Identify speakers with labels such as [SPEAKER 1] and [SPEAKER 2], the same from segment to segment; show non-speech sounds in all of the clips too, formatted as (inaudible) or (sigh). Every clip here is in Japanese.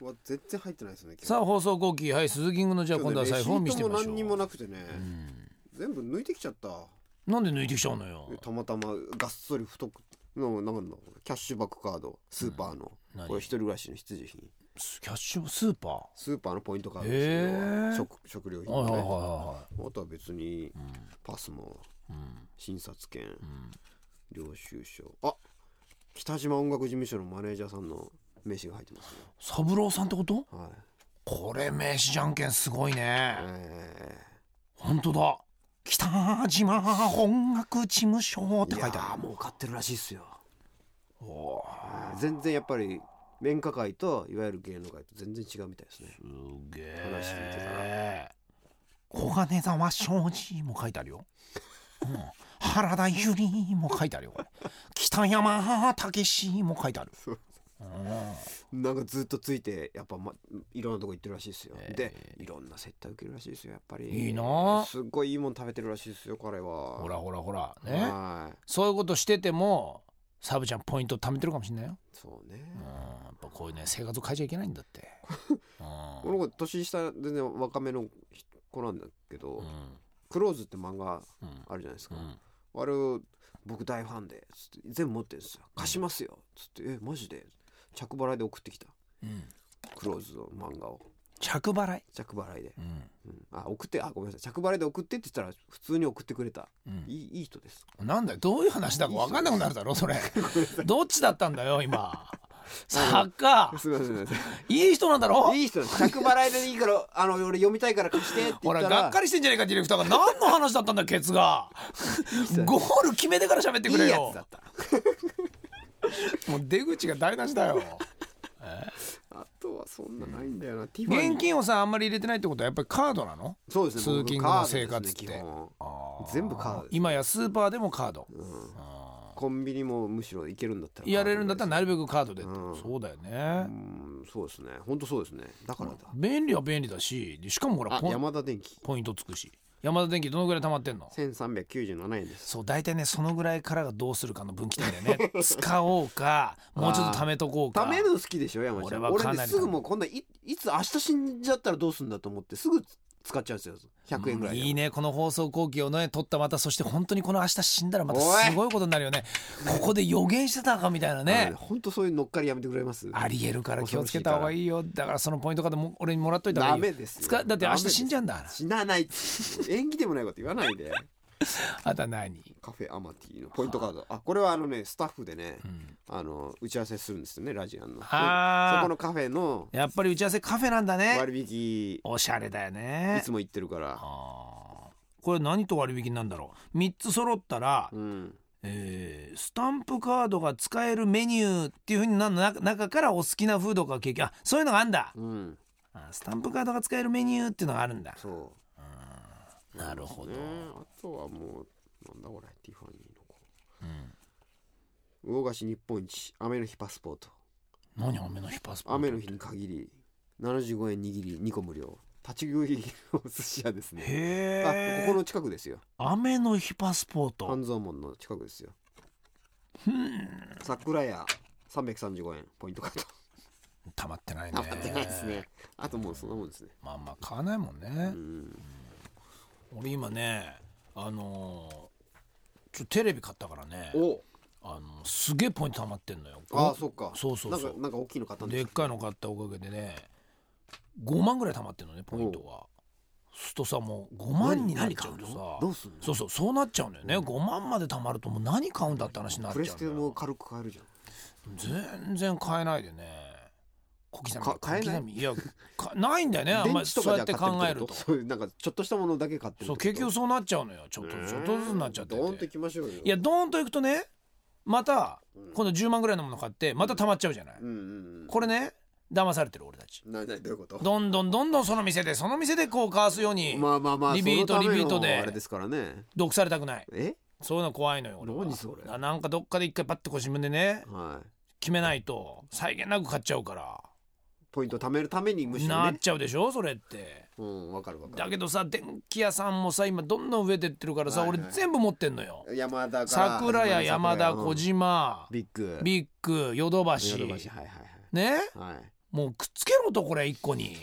[SPEAKER 1] は全然入ってないですね
[SPEAKER 2] さあ放送後期はい鈴木キングのじゃあ今度は財布を見せてみまし
[SPEAKER 1] レシートも何
[SPEAKER 2] ょう
[SPEAKER 1] にもなくてね、
[SPEAKER 2] うん
[SPEAKER 1] 全部抜いてきちゃった
[SPEAKER 2] なんで抜いてきちゃうのよ
[SPEAKER 1] たまたまがっそり太くのなんだキャッシュバックカードスーパーの、
[SPEAKER 2] 何
[SPEAKER 1] これ一人暮らしの必需品
[SPEAKER 2] スキャッシュスーパーは
[SPEAKER 1] スーパーのポイントカード
[SPEAKER 2] へー
[SPEAKER 1] ですよ食食料
[SPEAKER 2] い
[SPEAKER 1] 品
[SPEAKER 2] はい
[SPEAKER 1] の
[SPEAKER 2] はい
[SPEAKER 1] ね
[SPEAKER 2] は
[SPEAKER 1] あとは別に
[SPEAKER 2] い
[SPEAKER 1] パスも
[SPEAKER 2] うんうん
[SPEAKER 1] 診察券
[SPEAKER 2] うん
[SPEAKER 1] 領収書あ北島音楽事務所のマネージャーさんの名刺が入ってますね
[SPEAKER 2] 三郎さんってこと
[SPEAKER 1] はい
[SPEAKER 2] これ名刺じゃんけんすごいね
[SPEAKER 1] え
[SPEAKER 2] 本当だ北島音楽事務所っ
[SPEAKER 1] ー
[SPEAKER 2] て書いて
[SPEAKER 1] や
[SPEAKER 2] あ
[SPEAKER 1] ー
[SPEAKER 2] る
[SPEAKER 1] 儲かってるらしいっすよ
[SPEAKER 2] おー
[SPEAKER 1] 全然やっぱり演歌界といわゆる芸能界と全然違うみたいですね
[SPEAKER 2] すげ
[SPEAKER 1] 話聞いてた
[SPEAKER 2] え小金沢庄司も書いてあるよ、うん、原田由里も書いてあるよこれ北山武史も書いてある
[SPEAKER 1] そう
[SPEAKER 2] うん
[SPEAKER 1] なんかずっとついてやっぱ、ま、いろんなとこ行ってるらしいですよ、
[SPEAKER 2] えー
[SPEAKER 1] でいろんな接待受けるらしいですよやっぱり
[SPEAKER 2] いいなあ
[SPEAKER 1] すっごいいいもん食べてるらしいですよ彼は
[SPEAKER 2] ほらほらほらね
[SPEAKER 1] はい
[SPEAKER 2] そういうことしててもサブちゃんポイント貯めてるかもしれないよ、
[SPEAKER 1] そうね、
[SPEAKER 2] うん、やっぱこういうね生活を変えちゃいけないんだって、う
[SPEAKER 1] この子年下全然若めの子なんだけど「
[SPEAKER 2] ん
[SPEAKER 1] クローズ」って漫画
[SPEAKER 2] うんうん
[SPEAKER 1] あるじゃないです
[SPEAKER 2] う
[SPEAKER 1] か、
[SPEAKER 2] ん
[SPEAKER 1] あれを僕大ファンでつって全部持ってるんですよ貸しますよつって「えマジで?」着払いで送ってきた
[SPEAKER 2] うん、
[SPEAKER 1] クローズの漫画を
[SPEAKER 2] 着払い、
[SPEAKER 1] 着払いで、
[SPEAKER 2] うん
[SPEAKER 1] うんあ送ってあごめんなさい着払いで送ってって言ったら普通に送ってくれた、
[SPEAKER 2] うん
[SPEAKER 1] いいいい人です
[SPEAKER 2] なんだよどういう話だか分かんなくなるだろそれどっちだったんだよ今サッカー
[SPEAKER 1] すみませんすみません
[SPEAKER 2] いい人なんだ
[SPEAKER 1] (laughs)
[SPEAKER 2] ろ
[SPEAKER 1] いい人なんです着払いでいいからあの俺読みたいから貸してって言っ
[SPEAKER 2] ほら
[SPEAKER 1] たら
[SPEAKER 2] がっかりしてんじゃねえかディレクターが何の話だったんだケツがゴール決めてから喋ってく
[SPEAKER 1] い
[SPEAKER 2] れ
[SPEAKER 1] いやつだ
[SPEAKER 2] よ
[SPEAKER 1] った
[SPEAKER 2] もう出口が台無しだよ
[SPEAKER 1] あとはそんなないんだよな、ティファニ
[SPEAKER 2] 現
[SPEAKER 1] ー
[SPEAKER 2] 金をさあんまり入れてないってことはやっぱりカードなの
[SPEAKER 1] そうですね
[SPEAKER 2] 通勤
[SPEAKER 1] 僕
[SPEAKER 2] 後の
[SPEAKER 1] カードですね
[SPEAKER 2] 生活っ
[SPEAKER 1] 基
[SPEAKER 2] て
[SPEAKER 1] 本
[SPEAKER 2] あー
[SPEAKER 1] 全部カードです
[SPEAKER 2] 今やスーパーでもカード
[SPEAKER 1] うん
[SPEAKER 2] あ
[SPEAKER 1] コンビニもむしろ行けるんだったら
[SPEAKER 2] ーやれるんだったらな
[SPEAKER 1] る
[SPEAKER 2] るべくカードでって
[SPEAKER 1] うん
[SPEAKER 2] そうだよ
[SPEAKER 1] う
[SPEAKER 2] ね
[SPEAKER 1] んそうですね本当そうですねだからだ、
[SPEAKER 2] 便利は便利だしでしかもほら
[SPEAKER 1] あ
[SPEAKER 2] ポン
[SPEAKER 1] 山田電機
[SPEAKER 2] ポイントつくし山田電機どのぐらい貯まってんの
[SPEAKER 1] 1397円です
[SPEAKER 2] そう大体ねそのぐらいからがどうするかの分岐点だ
[SPEAKER 1] (laughs)
[SPEAKER 2] よね使おうかもうちょっと貯めとこうか
[SPEAKER 1] ためるの好きでしょ山ちゃん
[SPEAKER 2] 俺は
[SPEAKER 1] 俺
[SPEAKER 2] かなり
[SPEAKER 1] ねすぐもうこんないいつ明日死んじゃったらどうすんだと思ってすぐ使っちゃうんですよ100円ぐらいで、
[SPEAKER 2] いいねこの放送後期をね取ったまたそして本当にこの明日死んだらまたすごいことになるよねここで予言してたかみたいな
[SPEAKER 1] ね
[SPEAKER 2] ね
[SPEAKER 1] 本当そういう乗っかりやめてくれます
[SPEAKER 2] ありえるから気をつけた方がいいよだからそのポイントカードも俺にもらっといた方が
[SPEAKER 1] ダ
[SPEAKER 2] いいよ
[SPEAKER 1] メですよ
[SPEAKER 2] 使だって明日死んじ
[SPEAKER 1] ゃ
[SPEAKER 2] ゃうんだから
[SPEAKER 1] 死なない (laughs) 演技でもないこと言わないで
[SPEAKER 2] あとは何、
[SPEAKER 1] カフェアマティのポイントカードあこれはあのねスタッフでね
[SPEAKER 2] うん
[SPEAKER 1] あの打ち合わせするんですよねラジアンの
[SPEAKER 2] あー
[SPEAKER 1] そこのカフェの
[SPEAKER 2] やっぱり打ち合わせカフェなんだね
[SPEAKER 1] 割引い
[SPEAKER 2] おしゃれだよね
[SPEAKER 1] つも行ってるから
[SPEAKER 2] あーこれ何と割引なんだろう3つ揃ったら、
[SPEAKER 1] うん
[SPEAKER 2] えースタンプカードが使えるメニューっていうふうになるの中中からお好きなフードかケーキあそういうのがあんだ
[SPEAKER 1] うん
[SPEAKER 2] あスタンプカードが使えるメニューっていうのがあるんだ
[SPEAKER 1] そう
[SPEAKER 2] なるほど、
[SPEAKER 1] ねあとはもうなんだこれティファニーの子
[SPEAKER 2] うん、
[SPEAKER 1] 魚河岸日本一雨の日パスポート
[SPEAKER 2] 何雨の日パスポート
[SPEAKER 1] 雨の日に限り75円握り2個無料立ち食いお寿司屋ですねあこ
[SPEAKER 2] へ
[SPEAKER 1] こ
[SPEAKER 2] え
[SPEAKER 1] の近くですよ
[SPEAKER 2] 雨の日パスポート
[SPEAKER 1] 半蔵門の近くですよ桜屋335円ポイントカード
[SPEAKER 2] 溜まってないね
[SPEAKER 1] あ待ってないですねあともうそんなもんですね
[SPEAKER 2] まあまあ買わないもんね
[SPEAKER 1] う、ん
[SPEAKER 2] 俺今ねあのーちょテレビ買ったからね
[SPEAKER 1] お
[SPEAKER 2] あのすげえポイント溜まってんのよ
[SPEAKER 1] ああそっか
[SPEAKER 2] そうそう
[SPEAKER 1] な
[SPEAKER 2] そう
[SPEAKER 1] んかなんか大きいの買ったん
[SPEAKER 2] で
[SPEAKER 1] で
[SPEAKER 2] っ
[SPEAKER 1] す
[SPEAKER 2] かいの買ったおかげでね5万ぐらい貯まってるのねポイントがするとさもう5万になっちゃうとさ
[SPEAKER 1] どうすんの
[SPEAKER 2] そうそうそうなっちゃうんだよね5万まで貯まるともう何買うんだって話になっち
[SPEAKER 1] プ
[SPEAKER 2] ゃう
[SPEAKER 1] レス
[SPEAKER 2] んだ
[SPEAKER 1] テ
[SPEAKER 2] よ
[SPEAKER 1] も軽く買えるじゃん
[SPEAKER 2] 全然買えないでね小刻み
[SPEAKER 1] か買えない
[SPEAKER 2] 小刻みいやかないんだよねあん
[SPEAKER 1] 電
[SPEAKER 2] まり
[SPEAKER 1] 池と
[SPEAKER 2] そ
[SPEAKER 1] か
[SPEAKER 2] う
[SPEAKER 1] じ
[SPEAKER 2] や
[SPEAKER 1] ゃ
[SPEAKER 2] って
[SPEAKER 1] 買
[SPEAKER 2] 考
[SPEAKER 1] って
[SPEAKER 2] え
[SPEAKER 1] る
[SPEAKER 2] る
[SPEAKER 1] ってことそういうなんかちょっとしたものだけ買ってる
[SPEAKER 2] そう結局そうなっちゃうのよちょっとずつちょっとずつになっちゃってて
[SPEAKER 1] ドーンといきましょうよ
[SPEAKER 2] いやドーンといくとねまた
[SPEAKER 1] うん
[SPEAKER 2] 今度10万ぐらいのもの買ってまた貯まっちゃうじゃない
[SPEAKER 1] うんうんうん
[SPEAKER 2] これね騙されてる俺たち
[SPEAKER 1] ななどういうこと
[SPEAKER 2] どんどんどんどんその店でその店でこうかわすように
[SPEAKER 1] まあまあまあ
[SPEAKER 2] リピー
[SPEAKER 1] そ
[SPEAKER 2] ト
[SPEAKER 1] のための
[SPEAKER 2] リピートで
[SPEAKER 1] あれですからね
[SPEAKER 2] 毒されたくない
[SPEAKER 1] え
[SPEAKER 2] そういうの怖いのよ俺は
[SPEAKER 1] 何それ
[SPEAKER 2] ななんかどっかで一回パッてこう自分でね
[SPEAKER 1] はい
[SPEAKER 2] 決めないと際限なく買っちゃうから
[SPEAKER 1] ポイントを貯めるためにむしろ
[SPEAKER 2] なっ
[SPEAKER 1] ね
[SPEAKER 2] ちゃうでしょそれって
[SPEAKER 1] うんわかるわか
[SPEAKER 2] だけどさ電気屋さんもさ今どんどん増えてってるからさ、
[SPEAKER 1] はいはい
[SPEAKER 2] 俺全部持ってんのよ
[SPEAKER 1] る山田から
[SPEAKER 2] 桜屋山田
[SPEAKER 1] うん
[SPEAKER 2] 小島
[SPEAKER 1] ビッグ
[SPEAKER 2] ビッグヨドバシ
[SPEAKER 1] ヨドバシはいはい
[SPEAKER 2] ね
[SPEAKER 1] はいはい
[SPEAKER 2] もうくっつけろとこれ一個に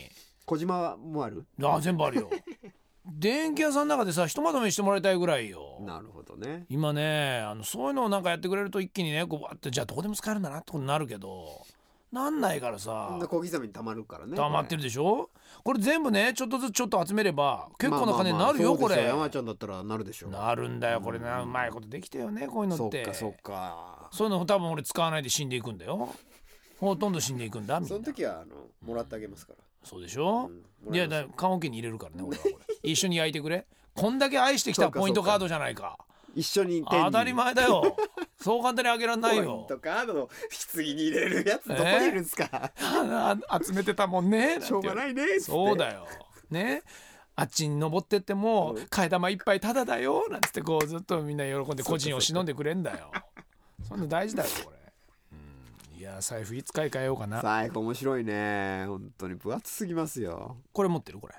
[SPEAKER 1] 小島もある
[SPEAKER 2] あ全部あ
[SPEAKER 1] (laughs)
[SPEAKER 2] るよ電気屋さんの中でさひとまとめしてもらいたいぐらいよ
[SPEAKER 1] なるほどね
[SPEAKER 2] 今ねあのそういうのをなんかやってくれると一気にねこうわってじゃあどこでも使えるんだなってことになるけどなんないから
[SPEAKER 1] こ
[SPEAKER 2] さ
[SPEAKER 1] んな小刻みに溜まるからね
[SPEAKER 2] 溜まってるでしょこれ全部ねちょっとずつちょっと集めれば結構な金になる
[SPEAKER 1] まあまあま
[SPEAKER 2] よ
[SPEAKER 1] あ
[SPEAKER 2] これ
[SPEAKER 1] そうですよ山ちゃんだったらなるでしょう
[SPEAKER 2] なるんだよこれな
[SPEAKER 1] う
[SPEAKER 2] うんまいことできたよねこういうの
[SPEAKER 1] そ
[SPEAKER 2] っ
[SPEAKER 1] ってかそっか
[SPEAKER 2] そういうの多分俺使わないで死んでいくんだよほとんど死んでいくんだみん
[SPEAKER 1] そ
[SPEAKER 2] な
[SPEAKER 1] の時はあのもらってあげますか
[SPEAKER 2] そうでし
[SPEAKER 1] ら、
[SPEAKER 2] ょ、
[SPEAKER 1] うんも
[SPEAKER 2] い
[SPEAKER 1] ら
[SPEAKER 2] や
[SPEAKER 1] います
[SPEAKER 2] だ缶桶に入れるからね俺はこれ一緒に焼いてくれこんだけ愛してきたポイントカードじゃないか
[SPEAKER 1] 一緒に手に
[SPEAKER 2] 当たり前だよそう簡単にあげられない
[SPEAKER 1] ポイン
[SPEAKER 2] よ
[SPEAKER 1] トカードの棺に入れるやつどこにいるんですか、
[SPEAKER 2] あ集めてたもんね
[SPEAKER 1] しょうが
[SPEAKER 2] い
[SPEAKER 1] ないねっつって
[SPEAKER 2] そうだよねあっちに登ってっても
[SPEAKER 1] うん
[SPEAKER 2] 替え玉一杯ただだよなんつってこうずっとみんな喜んで
[SPEAKER 1] そうか
[SPEAKER 2] 個人を忍んでくれんだよそんな大事だよこれ、うん、いや財布いつ買い替えようかな
[SPEAKER 1] 最後面白いね本当に分厚すぎますよ
[SPEAKER 2] これ持ってるこれ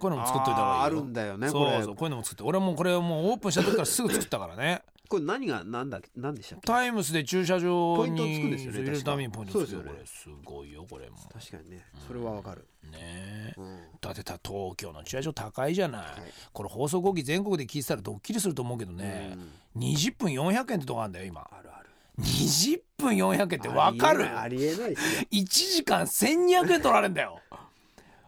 [SPEAKER 2] こういうのも作っといた方がいい
[SPEAKER 1] あ
[SPEAKER 2] よ
[SPEAKER 1] ーあるんだよねこ
[SPEAKER 2] そ
[SPEAKER 1] れ
[SPEAKER 2] うそうこういうのも作って俺もうこれもうオープンした時からすぐ作ったからね
[SPEAKER 1] これ何が何だ何でしたっけ
[SPEAKER 2] タイムスで駐車場
[SPEAKER 1] ポイントつくんです
[SPEAKER 2] に
[SPEAKER 1] よね
[SPEAKER 2] 入れるためにポイントつくよ
[SPEAKER 1] 確
[SPEAKER 2] こ
[SPEAKER 1] か
[SPEAKER 2] れすごいよこれも
[SPEAKER 1] 確かにねそれはわかる、
[SPEAKER 2] ねえ
[SPEAKER 1] うん
[SPEAKER 2] だってた東京の駐車場高いじゃない、
[SPEAKER 1] い
[SPEAKER 2] これ放送後期全国で聞いてたらドッキリすると思うけどね、20分400円ってとこあるんだよ今
[SPEAKER 1] あるある
[SPEAKER 2] 20分400円ってわかる
[SPEAKER 1] ありえないですよ
[SPEAKER 2] 1時間1200円取られんだよ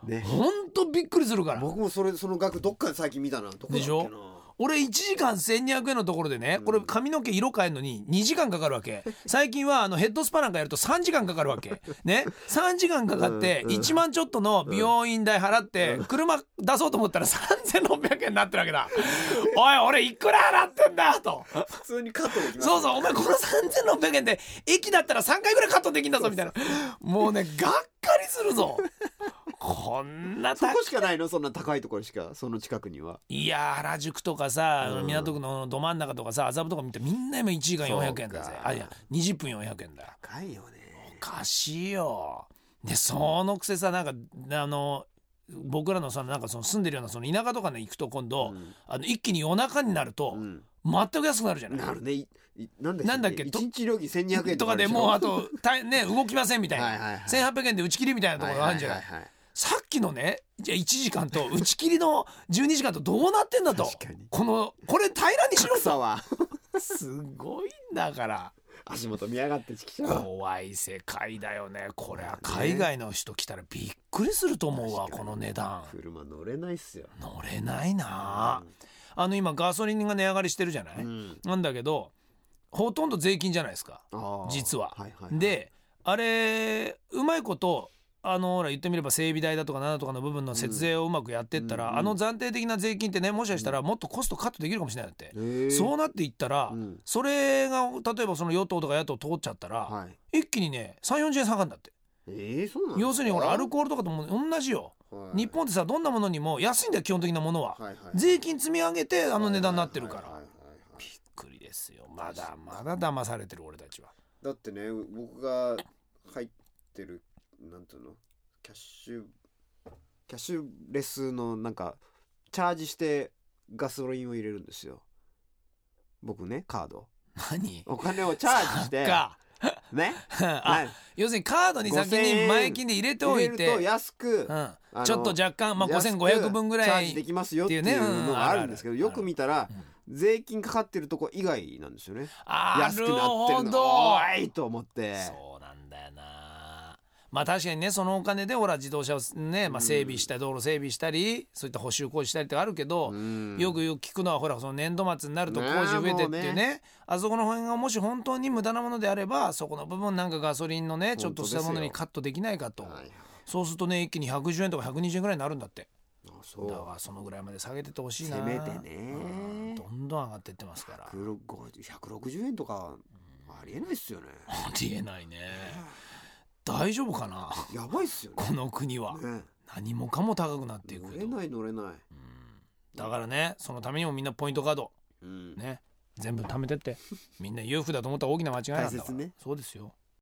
[SPEAKER 1] ね
[SPEAKER 2] ほんとびっくりするから
[SPEAKER 1] 僕もそれその額どっかで最近見たなどこだっけな
[SPEAKER 2] でしょ俺1時間1200円のところでねこれ髪の毛色変えるのに2時間かかる
[SPEAKER 1] (laughs)
[SPEAKER 2] わけ最近はあのヘッドスパなんかやると3時間かかるわけね3時間かかって
[SPEAKER 1] うんうん
[SPEAKER 2] 1万ちょっとの美容院代払って車出そうと思ったら3600円になってるわけだおい俺いくら払ってんだよと
[SPEAKER 1] 普通にカットできます
[SPEAKER 2] そうそうお前この3600円で駅だったら3回ぐらいカットできんだぞみたいなもうねがっかりするぞこんな
[SPEAKER 1] そ
[SPEAKER 2] 高い
[SPEAKER 1] こしかないのそんな高いところしかその近くにはい
[SPEAKER 2] やー原宿とかさ、
[SPEAKER 1] うん
[SPEAKER 2] 港区のど真ん中とかさ麻布とか見てみんな今1時間400円だ
[SPEAKER 1] そ
[SPEAKER 2] ぜ
[SPEAKER 1] うか
[SPEAKER 2] あいや20分400円だ
[SPEAKER 1] 高いよね
[SPEAKER 2] おかしいよでそのくせさなんかあの僕らのさなんかその住んでるようなその田舎とかに行くと今度、
[SPEAKER 1] うん
[SPEAKER 2] あの一気に夜中になると、
[SPEAKER 1] うん
[SPEAKER 2] 全く安くなるじゃない
[SPEAKER 1] なるねいいなんだ
[SPEAKER 2] なんだっけ
[SPEAKER 1] 一日料金1200円
[SPEAKER 2] とかで
[SPEAKER 1] しょ
[SPEAKER 2] もうあとたね動きませんみたいな、
[SPEAKER 1] はいはいはい
[SPEAKER 2] 1800円で打ち切りみたいなところがあるんじゃない,、
[SPEAKER 1] はいはいはいはい
[SPEAKER 2] さっきのねじゃあ1時間と打ち切りの12時間とどうなってんだと
[SPEAKER 1] 確かに
[SPEAKER 2] このこれ平らにしろと
[SPEAKER 1] 草は
[SPEAKER 2] すごいんだから
[SPEAKER 1] 足元見やがってちきちゃう
[SPEAKER 2] 怖い世界だよねこれは海外の人来たらびっくりすると思うわ
[SPEAKER 1] 確か
[SPEAKER 2] こ
[SPEAKER 1] に
[SPEAKER 2] の値段
[SPEAKER 1] 車乗れないっすよ
[SPEAKER 2] 乗れないなあの今ガソリンが値上がりしてるじゃない、
[SPEAKER 1] うん
[SPEAKER 2] なんだけどほとんど税金じゃないですか
[SPEAKER 1] あー
[SPEAKER 2] 実は
[SPEAKER 1] はいはいはい
[SPEAKER 2] であれうまいことあのほら言ってみれば整備代だとかなんだとかの部分の節税をうまくやってったら、
[SPEAKER 1] うんうん
[SPEAKER 2] あの暫定的な税金ってねもしかしたらもっとコストカットできるかもしれないんだって、
[SPEAKER 1] へー
[SPEAKER 2] そうなっていったら、
[SPEAKER 1] うん
[SPEAKER 2] それが例えばその与党とか野党通っちゃったら、
[SPEAKER 1] はい
[SPEAKER 2] 一気にね3 4 0円下がるんだって
[SPEAKER 1] えーそうなの
[SPEAKER 2] 要するにほらアルコールとかとも同じよ、
[SPEAKER 1] はい
[SPEAKER 2] 日本ってさどんなものにも安いんだよ基本的なものは、
[SPEAKER 1] はいはい
[SPEAKER 2] 税金積み上げてあの値段になってるから、
[SPEAKER 1] はいはいはいはい
[SPEAKER 2] びっくりですよまだまだ騙されてる俺たちは
[SPEAKER 1] だってね僕が入ってるなんていうのキャッシュキャッシュレスのなんかチャージしてガソリンを入れるんですよ僕ねカード
[SPEAKER 2] 何
[SPEAKER 1] お金をチャージして
[SPEAKER 2] か
[SPEAKER 1] ね
[SPEAKER 2] (laughs) あ
[SPEAKER 1] はい
[SPEAKER 2] 要するにカードに先
[SPEAKER 1] 5000
[SPEAKER 2] に
[SPEAKER 1] 円
[SPEAKER 2] 前金で入れて
[SPEAKER 1] 入
[SPEAKER 2] お
[SPEAKER 1] れ
[SPEAKER 2] い
[SPEAKER 1] る
[SPEAKER 2] て
[SPEAKER 1] と安く
[SPEAKER 2] う、ん
[SPEAKER 1] の
[SPEAKER 2] ちょっと若干、まあ、
[SPEAKER 1] 安く
[SPEAKER 2] 5500分ぐら
[SPEAKER 1] チャージで
[SPEAKER 2] い
[SPEAKER 1] きますよっていう
[SPEAKER 2] っていうねうん
[SPEAKER 1] のがあるんですけど、
[SPEAKER 2] あるある
[SPEAKER 1] よく見たら
[SPEAKER 2] うん
[SPEAKER 1] 税金かかってるとこ以外なんですよね
[SPEAKER 2] あ
[SPEAKER 1] 安く
[SPEAKER 2] な
[SPEAKER 1] な
[SPEAKER 2] る
[SPEAKER 1] って
[SPEAKER 2] ほ
[SPEAKER 1] る
[SPEAKER 2] ど
[SPEAKER 1] のおーいと思って
[SPEAKER 2] そうなんだよなまあ確かにねそのお金でほら自動車をね、まあ、整備した道路整備したりそういった補修工事したりってあるけど、
[SPEAKER 1] うん
[SPEAKER 2] よくよく聞くのはほらその年度末になると工事増えてっていうね
[SPEAKER 1] ね
[SPEAKER 2] あそこの辺がもし本当に無駄なものであればそこの部分なんかガソリンのねちょっとしたものにカットできないかと、
[SPEAKER 1] はい
[SPEAKER 2] そうするとね一気に110円とか120円ぐらいになるんだって
[SPEAKER 1] あそ
[SPEAKER 2] だ
[SPEAKER 1] う
[SPEAKER 2] からそのぐらいまで下げてってほしいな
[SPEAKER 1] せめてね
[SPEAKER 2] うんどんどん上がってってますから
[SPEAKER 1] 160円とかありえないっすよね
[SPEAKER 2] ありえないね大丈夫かな
[SPEAKER 1] やばいっすよね
[SPEAKER 2] この国は
[SPEAKER 1] ね
[SPEAKER 2] 何もかも高くなっていく
[SPEAKER 1] 乗
[SPEAKER 2] と
[SPEAKER 1] れない乗れない、
[SPEAKER 2] だからねそのためにもみんなポイントカード
[SPEAKER 1] うん
[SPEAKER 2] ね全部貯めてってみんな裕福だと思ったら大きな間違いなんだから
[SPEAKER 1] 大切ね
[SPEAKER 2] そうですよ